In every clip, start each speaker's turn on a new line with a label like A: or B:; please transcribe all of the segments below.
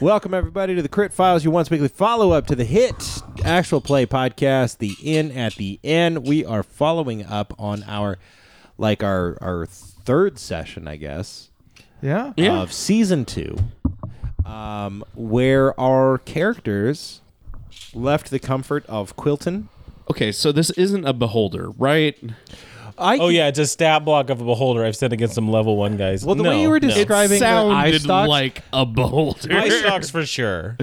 A: Welcome everybody to the Crit Files, your once weekly follow up to the hit actual play podcast, the in at the end. We are following up on our like our our third session, I guess,
B: Yeah.
C: Uh,
A: of season two, um, where our characters left the comfort of Quilton.
C: Okay, so this isn't a beholder, right?
A: I
D: Oh yeah, it's a stat block of a beholder I've sent against some level one guys.
A: Well, the
D: no,
A: way you were
D: no.
A: describing- Driving the eye
C: sounded
A: stalks?
C: like a beholder.
D: Eye stalks for sure.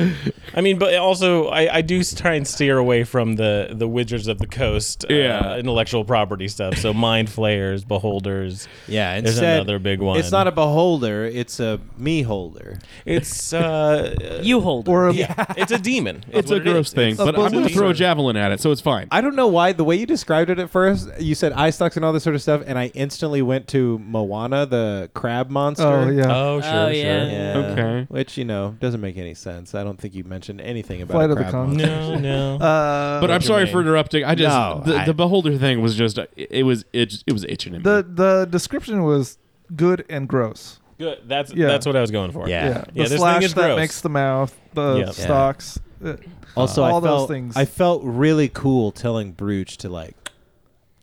D: I mean, but also I, I do try and steer away from the the wizards of the coast, uh,
C: Yeah.
D: intellectual property stuff. So mind flayers, beholders.
A: yeah,
D: there's
A: instead,
D: another big one.
A: It's not a beholder; it's a me holder.
D: It's uh,
E: You hold. it.
B: Or a,
D: yeah, it's a demon. is
C: It's a
D: what it
C: gross
D: is.
C: thing,
D: It's-
C: but I'm
D: it's
C: going to throw a
D: demon.
C: javelin at it, so it's fine.
A: I don't know why the way you described it at first, you said eye stalks and all this sort of stuff, and I instantly went to Moana, the crab monster.
B: oh yeah.
D: Oh sure,
E: Oh,
D: sure.
E: yeah.
A: Yeah.
C: Okay.
A: Which you know doesn't make any sense. I don't think you mentioned anything about
B: Flight
A: a
B: of the
A: crab
B: Con-
A: monster.
D: No, no.
B: Uh,
C: but I'm
D: your
C: sorry
D: name?
C: for interrupting. I just
A: No,
C: the,
A: I-
C: the beholder thing was just it, it was it, it was itching at me.
B: the the description was good and gross.
D: Good. That's
B: Yeah.
D: that's what I was going for.
A: Yeah.
B: Yeah.
D: Yeah,
B: The
D: this thing
B: slash
D: is
B: that
D: gross.
B: makes the mouth, the
D: Yeah.
B: stalks. Uh,
A: Also,
B: All
A: I felt
B: those things.
A: I felt really cool telling Brooch to like,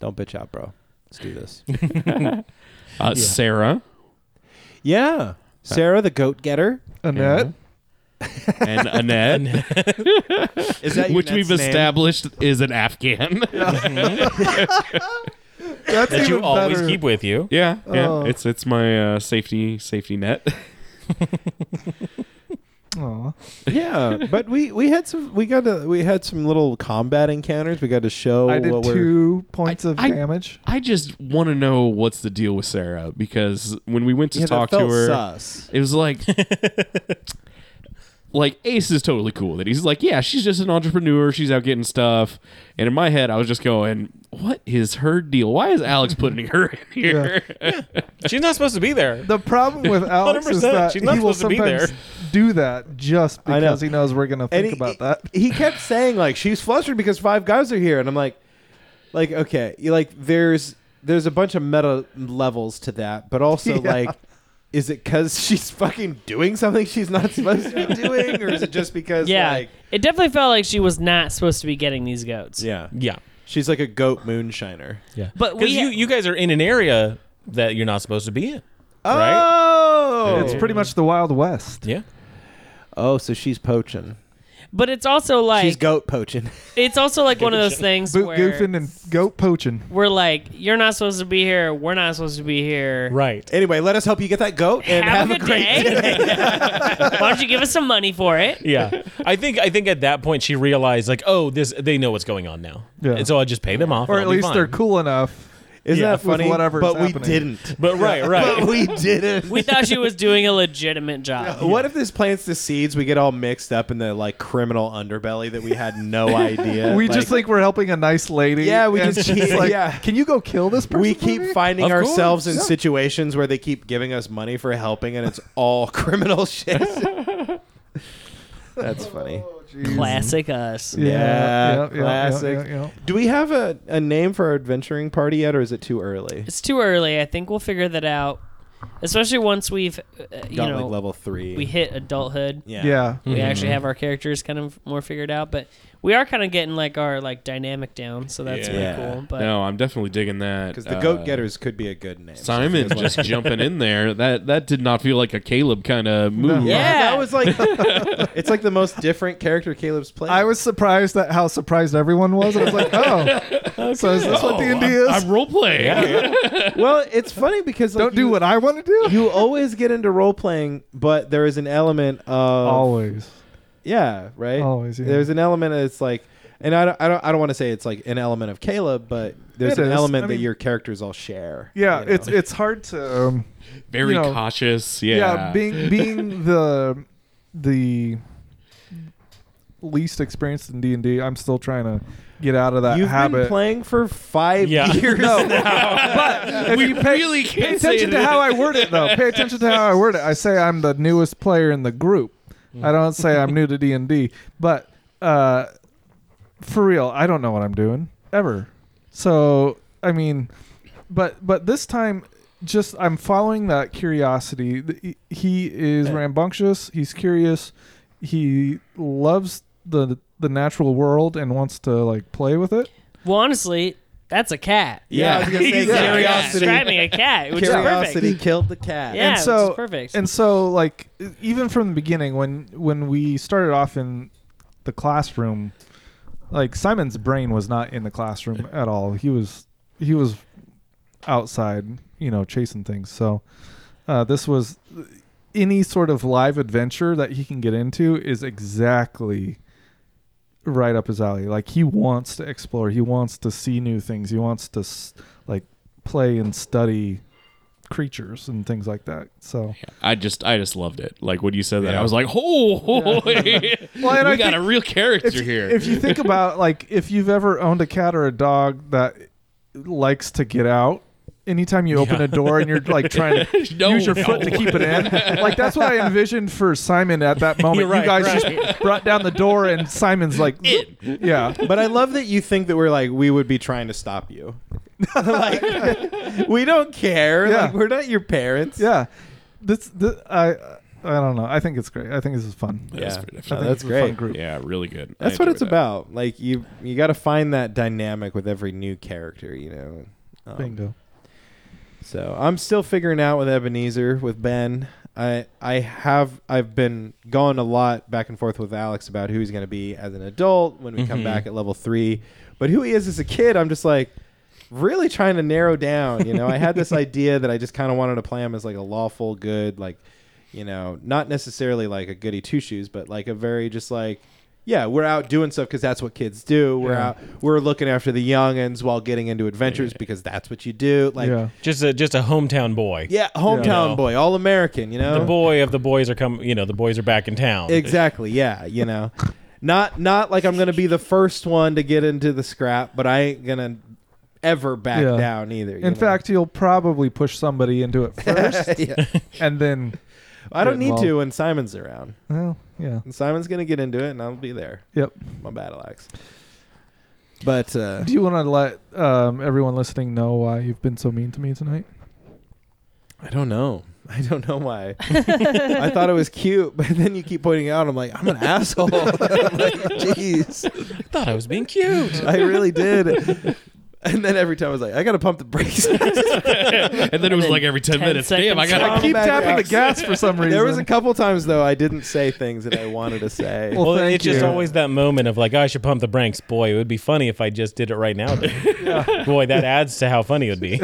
A: don't bitch out, bro. Let's do this.
C: uh, Sarah
A: yeah, Sarah the goat getter.
B: Annette.
D: Mm-hmm.
C: and Annette,
A: Is that
C: which we've established is an Afghan.
B: That's
D: That you
B: even
D: always
B: better.
D: keep with you.
C: yeah, yeah.
B: Oh.
C: It's it's my uh, safety safety net.
B: Aw.
A: yeah, but we we had some we got to we had some little combat encounters. We got to show
B: I did
A: Oh, what we're.
B: two points of
C: I-
B: damage.
C: I just want to know what's the deal with Sarah because when we went to
A: Yeah, that
C: talk to
A: felt
C: her,
A: sus.
C: It was like, like Ace is totally cool that he's like, yeah, she's just an entrepreneur. She's out getting stuff. And in my head, I was just going, what is her deal? Why is Alex putting her in here?
D: She's not supposed to be there.
B: The problem with Alex is
D: 100%.
B: that
D: She's not
B: he will
D: supposed to be
B: sometimes
D: there.
B: do that just
A: I know.
B: because he knows we're going to think
A: he-
B: about that.
A: He kept saying like she's flustered because five guys are here, and I'm like, like okay, you like there's there's a bunch of meta levels to that, but also
B: Yeah.
A: like, is it because she's fucking doing something she's not supposed to be doing, or is it just because
E: yeah.
A: like
E: it definitely felt like she was not supposed to be getting these goats.
A: yeah,
D: yeah.
A: she's like a goat moonshiner.
D: Yeah.
E: But
D: Because
E: we-
D: you, you guys are in an area that you're not supposed to be in. Right?
A: Oh,
B: It's pretty much the Wild West.
D: Yeah.
A: oh, so she's poaching.
E: But it's also like
A: she's goat poaching.
E: it's also like one of those things
B: Boot
E: where
B: goofing and goat poaching.
E: we're like, you're not supposed to be here. We're not supposed to be here.
D: Right.
A: anyway, let us help you get that goat and
E: Have,
A: have,
E: a good
A: great
E: day. Why don't you give us some money for it?
D: Yeah. I think I think at that point she realized like, oh, this they know what's going on now.
B: Yeah.
D: And so I just pay them off.
B: Or
D: and
B: at
D: I'll be
B: least they're
D: fine.
B: cool enough.
A: Isn't
D: Yeah.
A: that
B: With
A: funny?
B: whatever's
A: but we
B: happening.
A: didn't.
D: But right, right.
A: But we didn't.
E: We thought she was doing a legitimate job.
A: What if this plants the seeds? We get all mixed up in the like criminal underbelly that we had no idea.
B: We just
A: Like,
B: think we're helping a nice lady.
A: Yeah, we
B: and
A: just-
B: she's like,
A: yeah.
B: Can you go kill this person?
A: we
B: for
A: keep
B: me?"
A: finding
C: Of course.
A: ourselves in situations where they keep giving us money for helping, and it's all criminal shit. That's funny.
E: Classic us.
B: Yeah,
A: Yeah,
B: yeah, yeah,
A: classic.
B: yeah, yeah, yeah.
A: Do we have a, a name for our adventuring party yet, or is it too early?
E: It's too early. I think we'll figure that out, especially once we've, uh, you
A: Got
E: know,
A: like level three.
E: we hit adulthood.
A: yeah.
B: Yeah.
A: Mm-hmm,
E: we actually have our characters kind of more figured out but we are kind of getting like our like dynamic down so that's
A: Yeah.
E: pretty cool but
C: no, I'm definitely digging that.
A: Because the
C: Uh,
A: goat getters could be a good name.
C: Simon just jumping in there. That that did not feel like a Caleb kind of move.
E: Yeah.
A: that was like it's like the most different character Caleb's played.
B: I was surprised at how surprised everyone was. I was like, oh, so is this what
C: Oh,
B: D and D
C: I'm,
B: is?
C: I'm role playing.
A: well, it's funny because like,
B: Don't do
A: you-
B: what I want to do.
A: you always get into role playing, but there is an element of
B: Always.
A: yeah, right.
B: Always, yeah.
A: There's an element that's like, and I don't, I don't, I don't want to say it's like an element of Caleb, but there's
B: It
A: an
B: is.
A: element
B: I
A: that
B: mean-
A: your characters all share.
B: Yeah,
A: you know?
B: it's it's hard to. Um,
C: Very
B: You know,
C: cautious.
B: yeah.
C: Yeah.
B: being being the the least experienced in D and D, I'm still trying to get out of that
A: You've been
B: habit.
A: playing for five
D: Yeah.
A: years now.
B: If
C: we
B: you pay,
C: really
B: pay
C: can't say
B: attention to
C: that.
B: how I word it, though. Pay attention to how I word it. I say I'm the newest player in the group. I don't say I'm new to D and D, but uh, for real, I don't know what I'm doing ever. So I mean, but but this time just I'm following that curiosity. Th- He is rambunctious. He's curious. He loves the the natural world and wants to like play with it.
E: Well, honestly, that's a cat.
A: Yeah, I was gonna say
E: He's
A: curiosity.
E: describing a cat, which is
F: Curiosity
E: perfect.
F: killed the cat.
E: Yeah,
B: and so
E: which is perfect.
B: and so like e- even from the beginning when when we started off in the classroom, like Simon's brain was not in the classroom at all. He was he was outside, you know, chasing things. So uh, this was any sort of live adventure that he can get into is exactly right up his alley. Like he wants to explore, he wants to see new things, he wants to s- like play and study creatures and things like that. So
C: I just I just loved it. Like when you said that,
A: Yeah.
C: I was like, oh,
B: Well, and
C: we
B: I
C: got
B: think
C: a real character
B: if, you-
C: here.
B: if you think about like if you've ever owned a cat or a dog that likes to get out, anytime you open a door and you're like trying to
C: No,
B: use your
C: no.
B: foot to keep it in, like that's what I envisioned for Simon at that moment.
D: You're right,
B: you guys
D: right.
B: just brought down the door and Simon's like, yeah,
A: But I love that you think that we're like we would be trying to stop you. like we don't care.
B: Yeah.
A: Like we're not your parents.
B: yeah. This, this I I don't know. I think it's great. I think this is fun.
C: That was
A: Yeah.
C: pretty
A: No,
C: fun.
B: I think
A: that's
B: it's a fun
A: great.
B: group.
C: yeah, really good. I
A: That's what
C: enjoyed
A: it's
C: that.
A: about. Like you you got to find that dynamic with every new character, you know. Um,
B: Bingo.
A: So I'm still figuring out with Ebenezer, with Ben. I I have I've been going a lot back and forth with Alex about who he's going to be as an adult when we come
B: Mm-hmm.
D: Mhm.
A: back at level three, but who he is as a kid, I'm just like really trying to narrow down. You know, I had this idea that I just kind of wanted to play him as like a lawful good, like you know, not necessarily like a goody two shoes, but like a very just like. Yeah, we're out doing stuff because that's what kids do. We're
B: Yeah.
A: out, we're looking after the youngins while getting into adventures because that's what you do. Like,
B: yeah.
D: Just a just a hometown boy.
A: yeah, hometown
D: You know.
A: boy, all American, you know.
D: The boy of the boys are come. You know, the boys are back in town.
A: Exactly. Yeah, you know. not not like I'm going to be the first one to get into the scrap, but I ain't going to ever back
B: Yeah.
A: down either. you
B: In
A: know?
B: fact, you'll probably push somebody into it first, and then,
A: I don't need
B: Well-
A: to when Simon's around.
B: well, yeah,
A: And Simon's going to get into it and I'll be there.
B: yep.
A: My battle axe. But uh
B: Do you want to let um, everyone listening know why you've been so mean to me tonight?
A: I don't know. I don't know why. I thought it was cute, but then you keep pointing out I'm like, I'm an asshole. Like, Jeez.
D: I thought I was being cute.
A: I really did. And then every time I was like, I gotta pump the brakes.
C: and then it was like every ten,
E: Ten
C: minutes. Damn, I
E: seconds
C: gotta
B: I
A: Come
B: keep
A: back,
B: tapping the
A: Alex.
B: gas for some reason.
A: there was a couple times though I didn't say things that I wanted to say.
B: Well,
D: Well,
B: thank
D: it's just
B: you.
D: always that moment of like, oh, I should pump the brakes. Boy, it would be funny if I just did it right now. though. Boy, that adds to how funny it would be.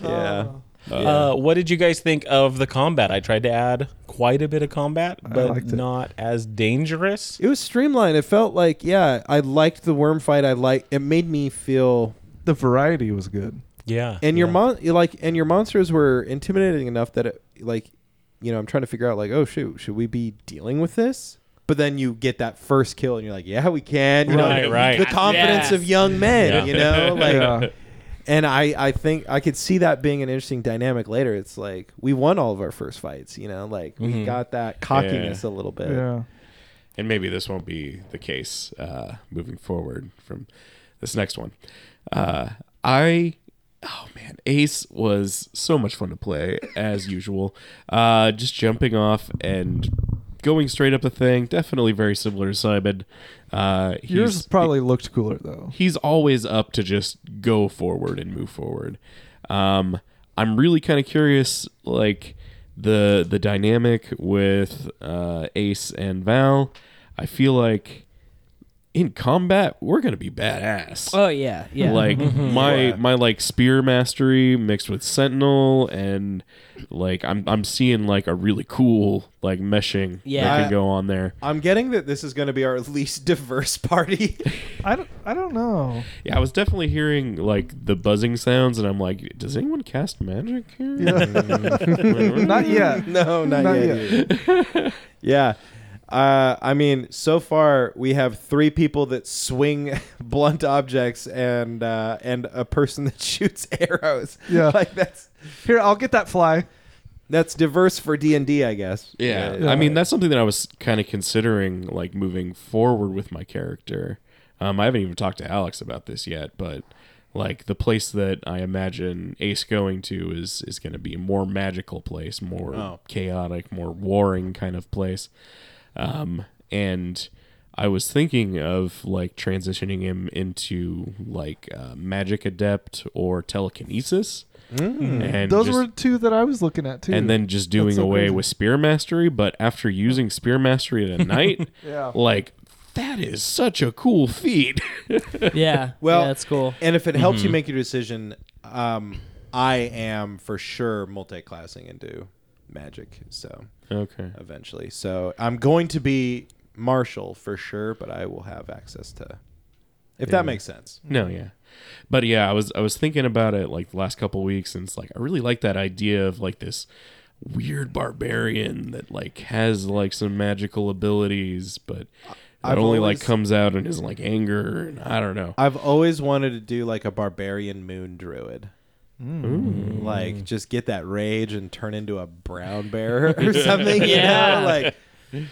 A: yeah.
D: Uh, what did you guys think of the combat? I tried to add quite a bit of combat, but
B: liked it.
D: not as dangerous.
A: It was streamlined. It felt like yeah, I liked the worm fight. I like it made me feel
B: the variety was good.
D: Yeah.
A: and your
D: yeah.
A: mon you like and your monsters were intimidating enough that it like you know, I'm trying to figure out like, oh shoot, should we be dealing with this? But then you get that first kill and you're like, Yeah, we can. You
D: Right,
A: know,
D: right.
A: The confidence
E: Yeah.
A: of young men,
D: Yeah.
A: you know? Like
B: yeah,
A: And I, I think I could see that being an interesting dynamic later. It's like we won all of our first fights, you know, like we
C: Mm-hmm.
D: Mhm.
A: got that cockiness a little bit.
B: yeah.
C: and maybe this won't be the case uh, moving forward from this next one. Uh, I, oh man, Ace was so much fun to play as usual. Uh, just jumping off and going straight up the thing, definitely very similar to Simon. Uh,
B: Yours
C: he's-
B: probably looked cooler though.
C: he's always up to just go forward and move forward. Um, I'm really kind of curious, like the the dynamic with uh, Ace and Val. I feel like in combat we're gonna be badass.
E: oh yeah, yeah. Mm-hmm.
C: Like my my like spear mastery mixed with sentinel and like I'm I'm seeing like a really cool like meshing that
E: Yeah.
C: can go on there.
A: I'm getting that this is going to be our least diverse party.
B: I don't, I don't know.
C: Yeah, I was definitely hearing like the buzzing sounds, and I'm like, does anyone cast magic here?
B: Not yet.
A: no, not,
B: Not
A: yet. either. yeah. Uh, I mean, so far we have three people that swing blunt objects and uh, and a person that shoots arrows.
B: Yeah.
A: like that's
B: Here, I'll get that fly.
A: that's diverse for D and D, I guess.
C: Yeah. I mean, that's something that I was kind of considering, like moving forward with my character. Um, I haven't even talked to Alex about this yet, but like the place that I imagine Ace going to is is going to be a more magical place, more
A: Oh.
C: chaotic, more warring kind of place. Um, and I was thinking of like transitioning him into like uh, magic adept or telekinesis, and
B: Those
C: just-
B: were two that I was looking at too.
C: and then just doing
B: so
C: away
B: crazy.
C: with spear mastery. But after using spear mastery at night,
B: Yeah.
C: like that is such a cool feat.
E: Yeah.
A: Well,
E: yeah, that's cool.
A: And if it helps
B: Mm-hmm.
A: you make your decision, um, I am for sure multi-classing into magic. So
C: okay.
A: eventually, so I'm going to be martial for sure, but I will have access to, if that makes sense.
C: No, yeah. But yeah, I was I was thinking about it like the last couple weeks and it's like I really like that idea of like this weird barbarian that like has like some magical abilities but
A: I've
C: that only
A: always-
C: like comes out in his like anger and I don't know.
A: I've always wanted to do like a barbarian moon druid.
B: Mm.
A: Like just get that rage and turn into a brown bear or something. You
E: Yeah.
A: know? Like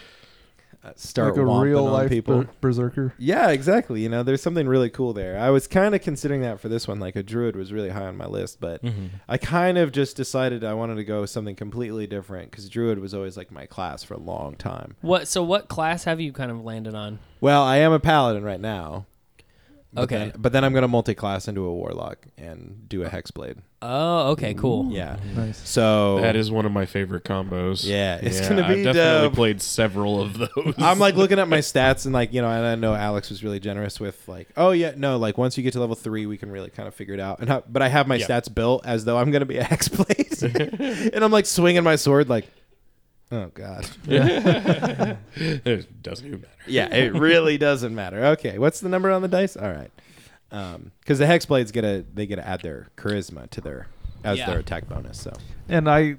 A: uh, start
B: like a
A: whomping
B: real
A: on
B: life
A: people.
B: ber- berserker.
A: Yeah, exactly. You know, there's something really cool there. I was kind of considering that for this one. Like a druid was really high on my list, but
E: Mm-hmm.
A: I kind of just decided I wanted to go with something completely different because druid was always like my class for a long time.
E: What? So what class have you kind of landed on?
A: Well, I am a paladin right now. but
E: Okay.
A: then- but then I'm going to multi-class into a warlock and do a hexblade.
E: Oh, okay, cool.
A: Yeah.
B: Nice.
A: So
C: That is one of my favorite combos.
A: Yeah, it's gonna be
C: I've definitely
A: dope.
C: played several of those.
A: I'm like looking at my stats and like you know, and I know Alex was really generous with like, oh yeah, no, like once you get to level three, we can really kind of figure it out. And I, but I have my
C: Yeah.
A: stats built as though I'm gonna be a hex place, and I'm like swinging my sword like, oh god,
C: it doesn't even matter.
A: yeah, it really doesn't matter. Okay, what's the number on the dice? All right, because the hex blades get a they get to add their charisma to their as
E: Yeah.
A: their attack bonus. So
B: And I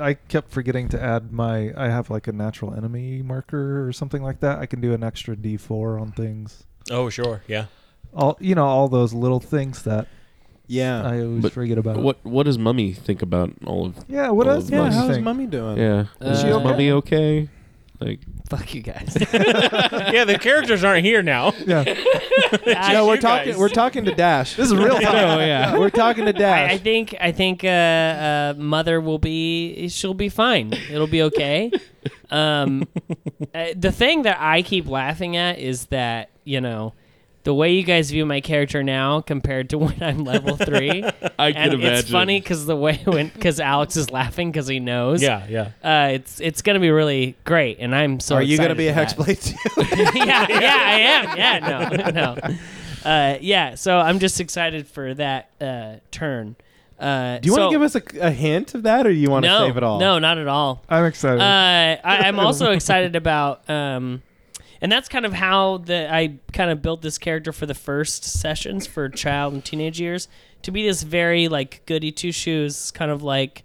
B: I kept forgetting to add my I have like a natural enemy marker or something like that. I can do an extra D four on things.
D: Oh, sure. Yeah.
B: All you know, all those little things that
A: yeah,
B: I always
C: But
B: forget about.
C: Uh, What Oh, what does Mummy think about all of
B: Yeah, what
C: all
B: else?
C: of
B: Yeah,
A: yeah.
C: those?
B: how-
A: How's
B: Interesting.
A: mummy doing?
C: Yeah.
E: Is
C: is
E: she Uh,
C: Mummy okay? Like
E: Fuck you guys.
D: Yeah, the characters aren't here now.
B: Yeah.
A: No, we're
D: you
A: talking.
D: guys.
A: We're talking to Dash. this is
B: real
A: time. yeah, we're talking to Dash.
E: I, I think I think uh, uh, mother will be she'll be fine. It'll be okay. um, uh, the thing that I keep laughing at is that you know the way you guys view my character now compared to when I'm level three,
C: I
E: and
C: can imagine.
E: it's funny because the way when because Alex is laughing because he knows.
D: Yeah, yeah.
E: Uh, it's it's gonna be really great, and I'm so.
A: Are you
E: excited
A: gonna be a
E: for that.
A: hexblade too?
E: yeah, yeah, I am. Yeah, no, no. Uh, yeah, so I'm just excited for that uh, turn. Uh,
A: Do you
E: so-
A: want to give us a, a hint of that, or do you want to
E: no,
A: save it all?
E: No, not at all.
B: I'm excited.
E: Uh, I, I'm also excited about, um, and that's kind of how the I kind of built this character for the first sessions for child and teenage years to be this very like goody two shoes kind of like.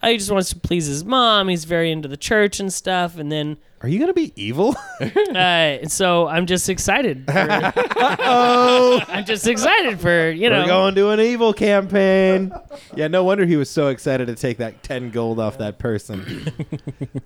E: I just wants to please his mom. He's very into the church and stuff, and then
A: Are you gonna be evil?
E: uh, so I'm just excited. For,
A: oh,
E: I'm just excited for you know.
A: we're going to an evil campaign. Yeah, no wonder he was so excited to take that ten gold off that person.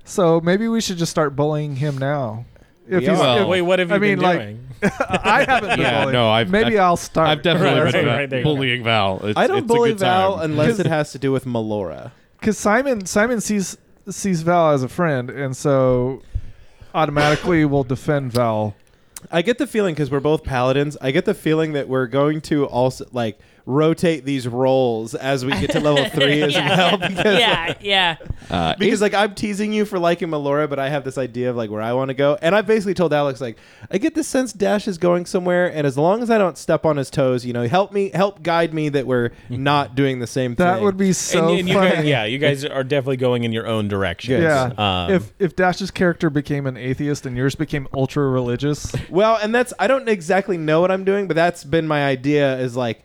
B: so maybe we should just start bullying him now. If
A: We
B: he's,
A: are.
B: if-
A: Well,
D: Wait, what have you
B: I mean,
D: been
B: like-
D: doing?
B: I haven't been
C: Yeah,
B: bullied.
C: no, I've-
B: maybe
C: I've-
B: I'll start.
C: I've definitely
D: Right,
C: been
D: right, right, there you go.
C: bullying Val. It's,
A: I don't
C: it's a
A: bully
C: good time.
A: Val unless it has to do with Melora.
B: because Simon Simon sees sees Val as a friend, and so automatically will defend Val.
A: I get the feeling because we're both paladins. I get the feeling that we're going to also like rotate these roles as we get to level three as
E: yeah,
A: well. Because
E: yeah, yeah.
C: Uh,
A: Because like I'm teasing you for liking Melora, but I have this idea of like where I want to go, and I basically told Alex like I get the sense Dash is going somewhere, and as long as I don't step on his toes, you know, help me, help guide me that we're not doing the same thing.
B: That would be
D: And-
B: so
D: and you
B: funny.
D: guys, yeah, you guys are definitely going in your own direction.
B: Yeah.
D: Um,
B: if if Dash's character became an atheist and yours became ultra religious,
A: well, and that's I don't exactly know what I'm doing, but that's been my idea is like.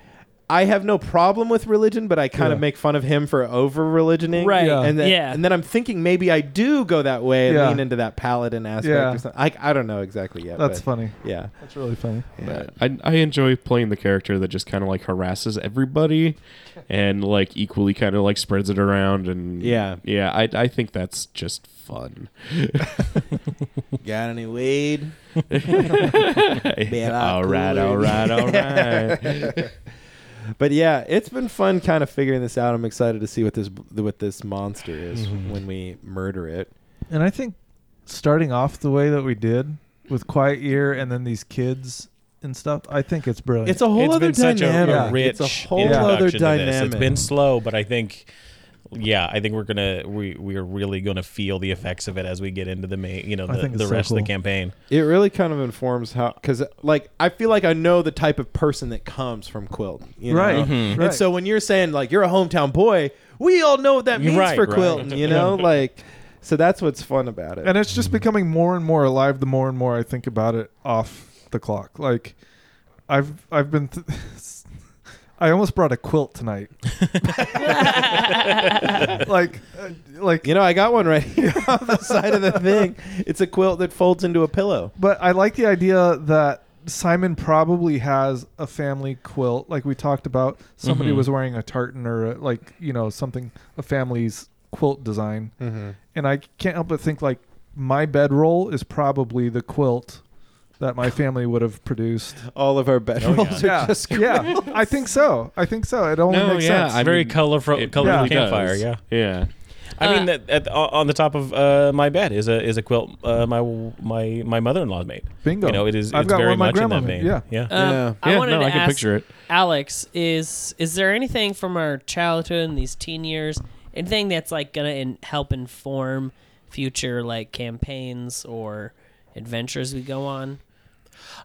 A: I have no problem with religion, but I kind of
B: Yeah.
A: make fun of him for over religioning.
E: Right.
B: Yeah.
A: And then,
E: Yeah.
A: and then I'm thinking maybe I do go that way and
B: Yeah.
A: lean into that paladin aspect
B: Yeah.
A: or something. I, I don't know exactly yet.
B: that's
A: but
B: funny.
A: Yeah.
B: That's really funny.
A: yeah.
C: I, I enjoy playing the character that just kind of like harasses everybody and like equally kind of like spreads it around and
A: Yeah.
C: yeah I, I think that's just fun
A: Got any weed?
C: all right all right all right
A: But yeah, it's been fun kind of figuring this out. I'm excited to see what this what this monster is
D: Mm-hmm.
A: when we murder it.
B: And I think starting off the way that we did with Quiet Year and then these kids and stuff, I think it's brilliant.
A: It's a whole
D: It's
A: other
D: been such a-
A: dynamic.
D: a, rich
A: it's a whole
D: introduction
A: other
D: to this.
A: dynamic.
D: It's been slow, but I think, yeah, I think we're gonna we we are really gonna feel the effects of it as we get into the main, you know,
B: I
D: the,
B: think it's
D: the
B: so
D: rest of
B: cool.
D: the campaign.
A: It really kind of informs how, because like I feel like I know the type of person that comes from Quilt, you know?
B: Right, Mhm.
A: And
B: right.
A: so when you're saying like you're a hometown boy, we all know what that means
D: Right,
A: for
D: right.
A: Quilton, you know, like so that's what's fun about it.
B: and it's just becoming more and more alive the more and more I think about it off the clock. Like I've I've been th- I almost brought a quilt tonight. like uh, like
A: you know, I got one right here on the side of the thing. It's a quilt that folds into a pillow.
B: But I like the idea that Simon probably has a family quilt, like we talked about. Somebody was wearing a tartan or a, like you know something, a family's quilt design. And I can't help but think like my bedroll is probably the quilt that my family would have produced.
A: All of our bedrolls are
B: Yeah,
A: just
B: yeah. I think so. I think so. It only
C: No,
B: makes
C: yeah,
B: sense.
D: It's
C: I
D: very
C: mean,
D: colorful,
C: It
D: colorful
C: really does.
D: campfire. Yeah,
C: Yeah.
D: I mean
E: Uh,
D: that at, on the top of uh, my bed is a is a quilt uh, my my my mother in law made.
B: Bingo.
D: You know, it is
B: I've
D: it's
B: got
D: very
B: one my
D: much in
B: grandma
D: that
B: made,
D: vein.
B: yeah.
D: yeah.
E: Um,
A: Yeah.
E: I
C: Yeah,
E: wanted
C: no,
E: to
C: I can
E: ask
C: picture it.
E: Alex, is is there anything from our childhood and these teen years, anything that's like gonna in, help inform future like campaigns or adventures we go on?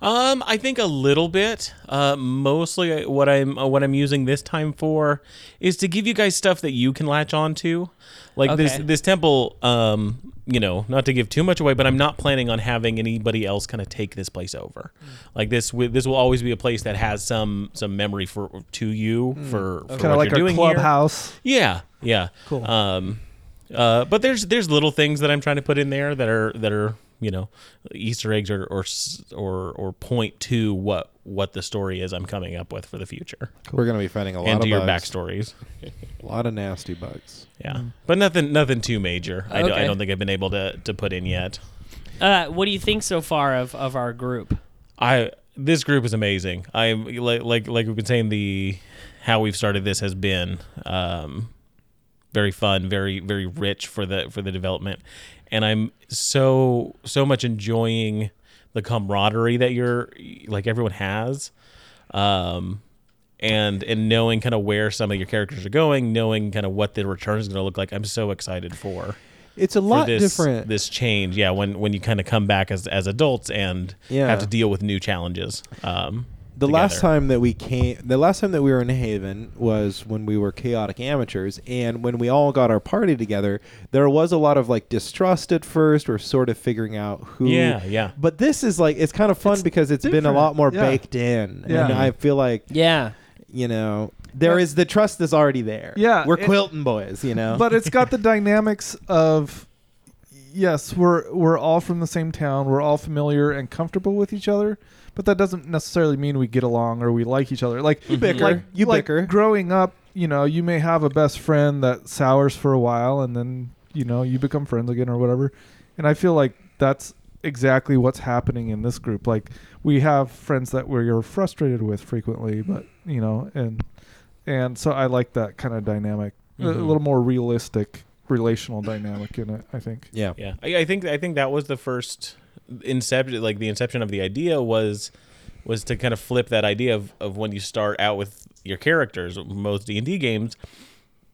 D: Um, I think a little bit. Uh, mostly what I'm uh, what I'm using this time for is to give you guys stuff that you can latch on to, like this
E: Okay.
D: this temple. Um, you know, not to give too much away, but I'm not planning on having anybody else kind of take this place over.
B: Mm.
D: Like this, wi- this will always be a place that has some some memory for to you for, for
B: Kind
D: what
B: of Mm. like
D: you're
B: a
D: doing here.
B: clubhouse.
D: Yeah, yeah. Cool. Um, uh, but there's there's little things that I'm trying to put in there that are that are you know Easter eggs or or s- or, or point to what what the story is I'm coming up with for the future
A: We're gonna be finding a lot
D: and
A: of
D: to your
A: bugs.
D: backstories.
A: A lot of nasty bugs.
D: Yeah, but nothing nothing too major. I, do, I
E: Okay.
D: don't think I've been able to to put in yet.
E: Uh, what do you think so far of of our group?
D: I this group is amazing. I'm like like like we've been saying the how we've started this has been um, very fun, very very rich for the for the development, and I'm so so much enjoying the camaraderie that you're like everyone has, um, and and knowing kind of where some of your characters are going, knowing kind of what the return is going to look like. I'm so excited for
A: It's a
D: for
A: lot
D: this,
A: different.
D: This change, yeah. When when you kind of come back as as adults and
A: Yeah.
D: have to deal with new challenges. Um,
A: the last
D: together.
A: time that we came the last time that we were in haven was when we were chaotic amateurs and when we all got our party together there was a lot of like distrust at first we're sort of figuring out who
D: Yeah, yeah.
A: but this is like it's kind of fun because it's been a
B: different.
A: lot more
B: Yeah.
A: baked in
B: Yeah.
A: and i feel like
E: Yeah,
A: you know there
B: Yeah.
A: is the trust is already there
B: Yeah,
A: we're
B: it-
A: quilton boys you know
B: but it's got the dynamics of yes, we're we're all from the same town, we're all familiar and comfortable with each other, but that doesn't necessarily mean we get along or we like each other. Like you
A: bicker.
B: like,
A: You
B: like
A: bicker.
B: Growing up, you know, you may have a best friend that sours for a while, and then you know you become friends again or whatever. And I feel like that's exactly what's happening in this group. Like we have friends that we're frustrated with frequently, but you know, and and so I like that kind of dynamic, a- a
A: Mm-hmm.
D: Mhm.
B: little more realistic relational dynamic in it. I think.
A: yeah
D: yeah, I, I think I think that was the first inception, like the inception of the idea was was to kind of flip that idea of, of when you start out with your characters. Most D and D games,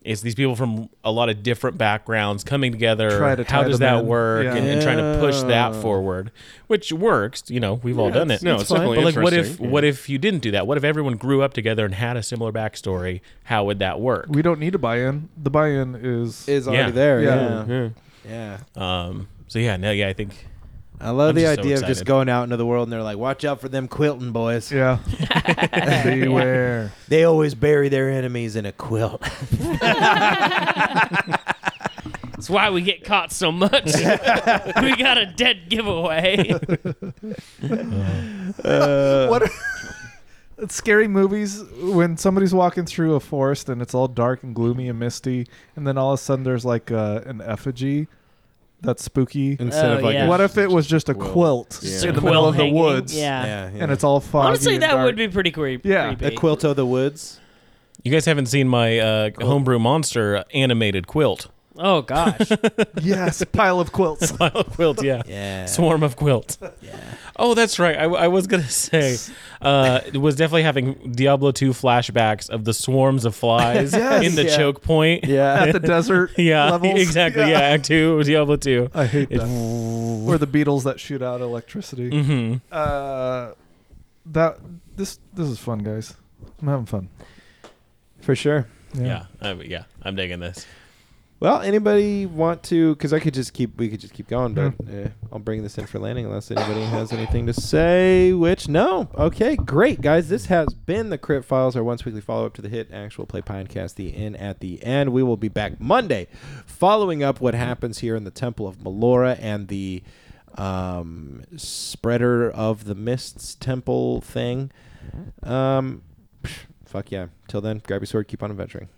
D: it's these people from a lot of different backgrounds coming together.
B: Try to
D: how
B: tie
D: does
B: them
D: that
B: in.
D: work?
B: Yeah.
D: And, and trying to push that
A: Yeah.
D: forward, which works. You know, we've all
C: Yeah,
D: done
C: it's-
D: it.
C: no, it's It's fine. definitely
D: But like, what if
C: interesting. Yeah.
D: what if you didn't do that? What if everyone grew up together and had a similar backstory? How would that work?
B: We don't need a buy-in. The buy-in is
A: is
D: Yeah. Mm-hmm.
A: already there yeah.
B: Yeah.
A: yeah
C: Yeah.
D: Um. So yeah, no, yeah, I think
A: i love
D: I'm
A: the
D: just so
A: idea of just
D: excited.
A: going out into the world and they're like watch out for them quilton boys
B: yeah. Beware.
A: They always bury their enemies in a quilt.
E: that's why we get caught so much. we got a dead giveaway.
B: What? Are, it's scary movies when somebody's walking through a forest and it's all dark and gloomy and misty, and then all of a sudden there's like uh, an effigy that's spooky.
E: Instead of, like, yeah.
B: Oh, what if it was just a quilt
C: Yeah.
B: in the
E: Quilt
B: middle of the
E: hanging.
B: woods,
E: Yeah.
A: yeah, yeah.
B: and it's all foggy?
E: Honestly,
B: and
E: that
B: dark.
E: would be pretty creepy.
B: Yeah.
A: a quilt of the woods.
D: You guys haven't seen my uh, homebrew monster animated quilt.
E: Oh gosh.
B: yes, pile of quilts.
D: quilt, yeah.
A: Yeah.
D: Swarm of quilt. Yeah. Oh, that's right. I, I was gonna say, uh, it was definitely having Diablo two flashbacks of the swarms of flies
B: Yes.
D: in the
B: Yeah.
D: choke point.
B: At
A: Yeah.
B: the desert
D: Yeah,
B: levels.
D: exactly. Yeah. Act two, Diablo two.
B: I hate that. or the beetles that shoot out electricity.
E: Mm-hmm.
D: hmm
B: Uh, that this this is fun, guys. I'm having fun.
A: For sure.
D: Yeah, I, yeah. I'm digging this.
A: Well, anybody want to? Because I could just keep. We could just keep going, but uh, I'll bring this in for landing unless anybody has anything to say. Which no. Okay, great guys. This has been the Crypt Files, our once weekly follow up to the hit actual play podcast. The in at the end. We will be back Monday, following up what happens here in the Temple of Melora and the um, spreader of the mists temple thing. Um, psh, fuck yeah! Till then, grab your sword, keep on adventuring.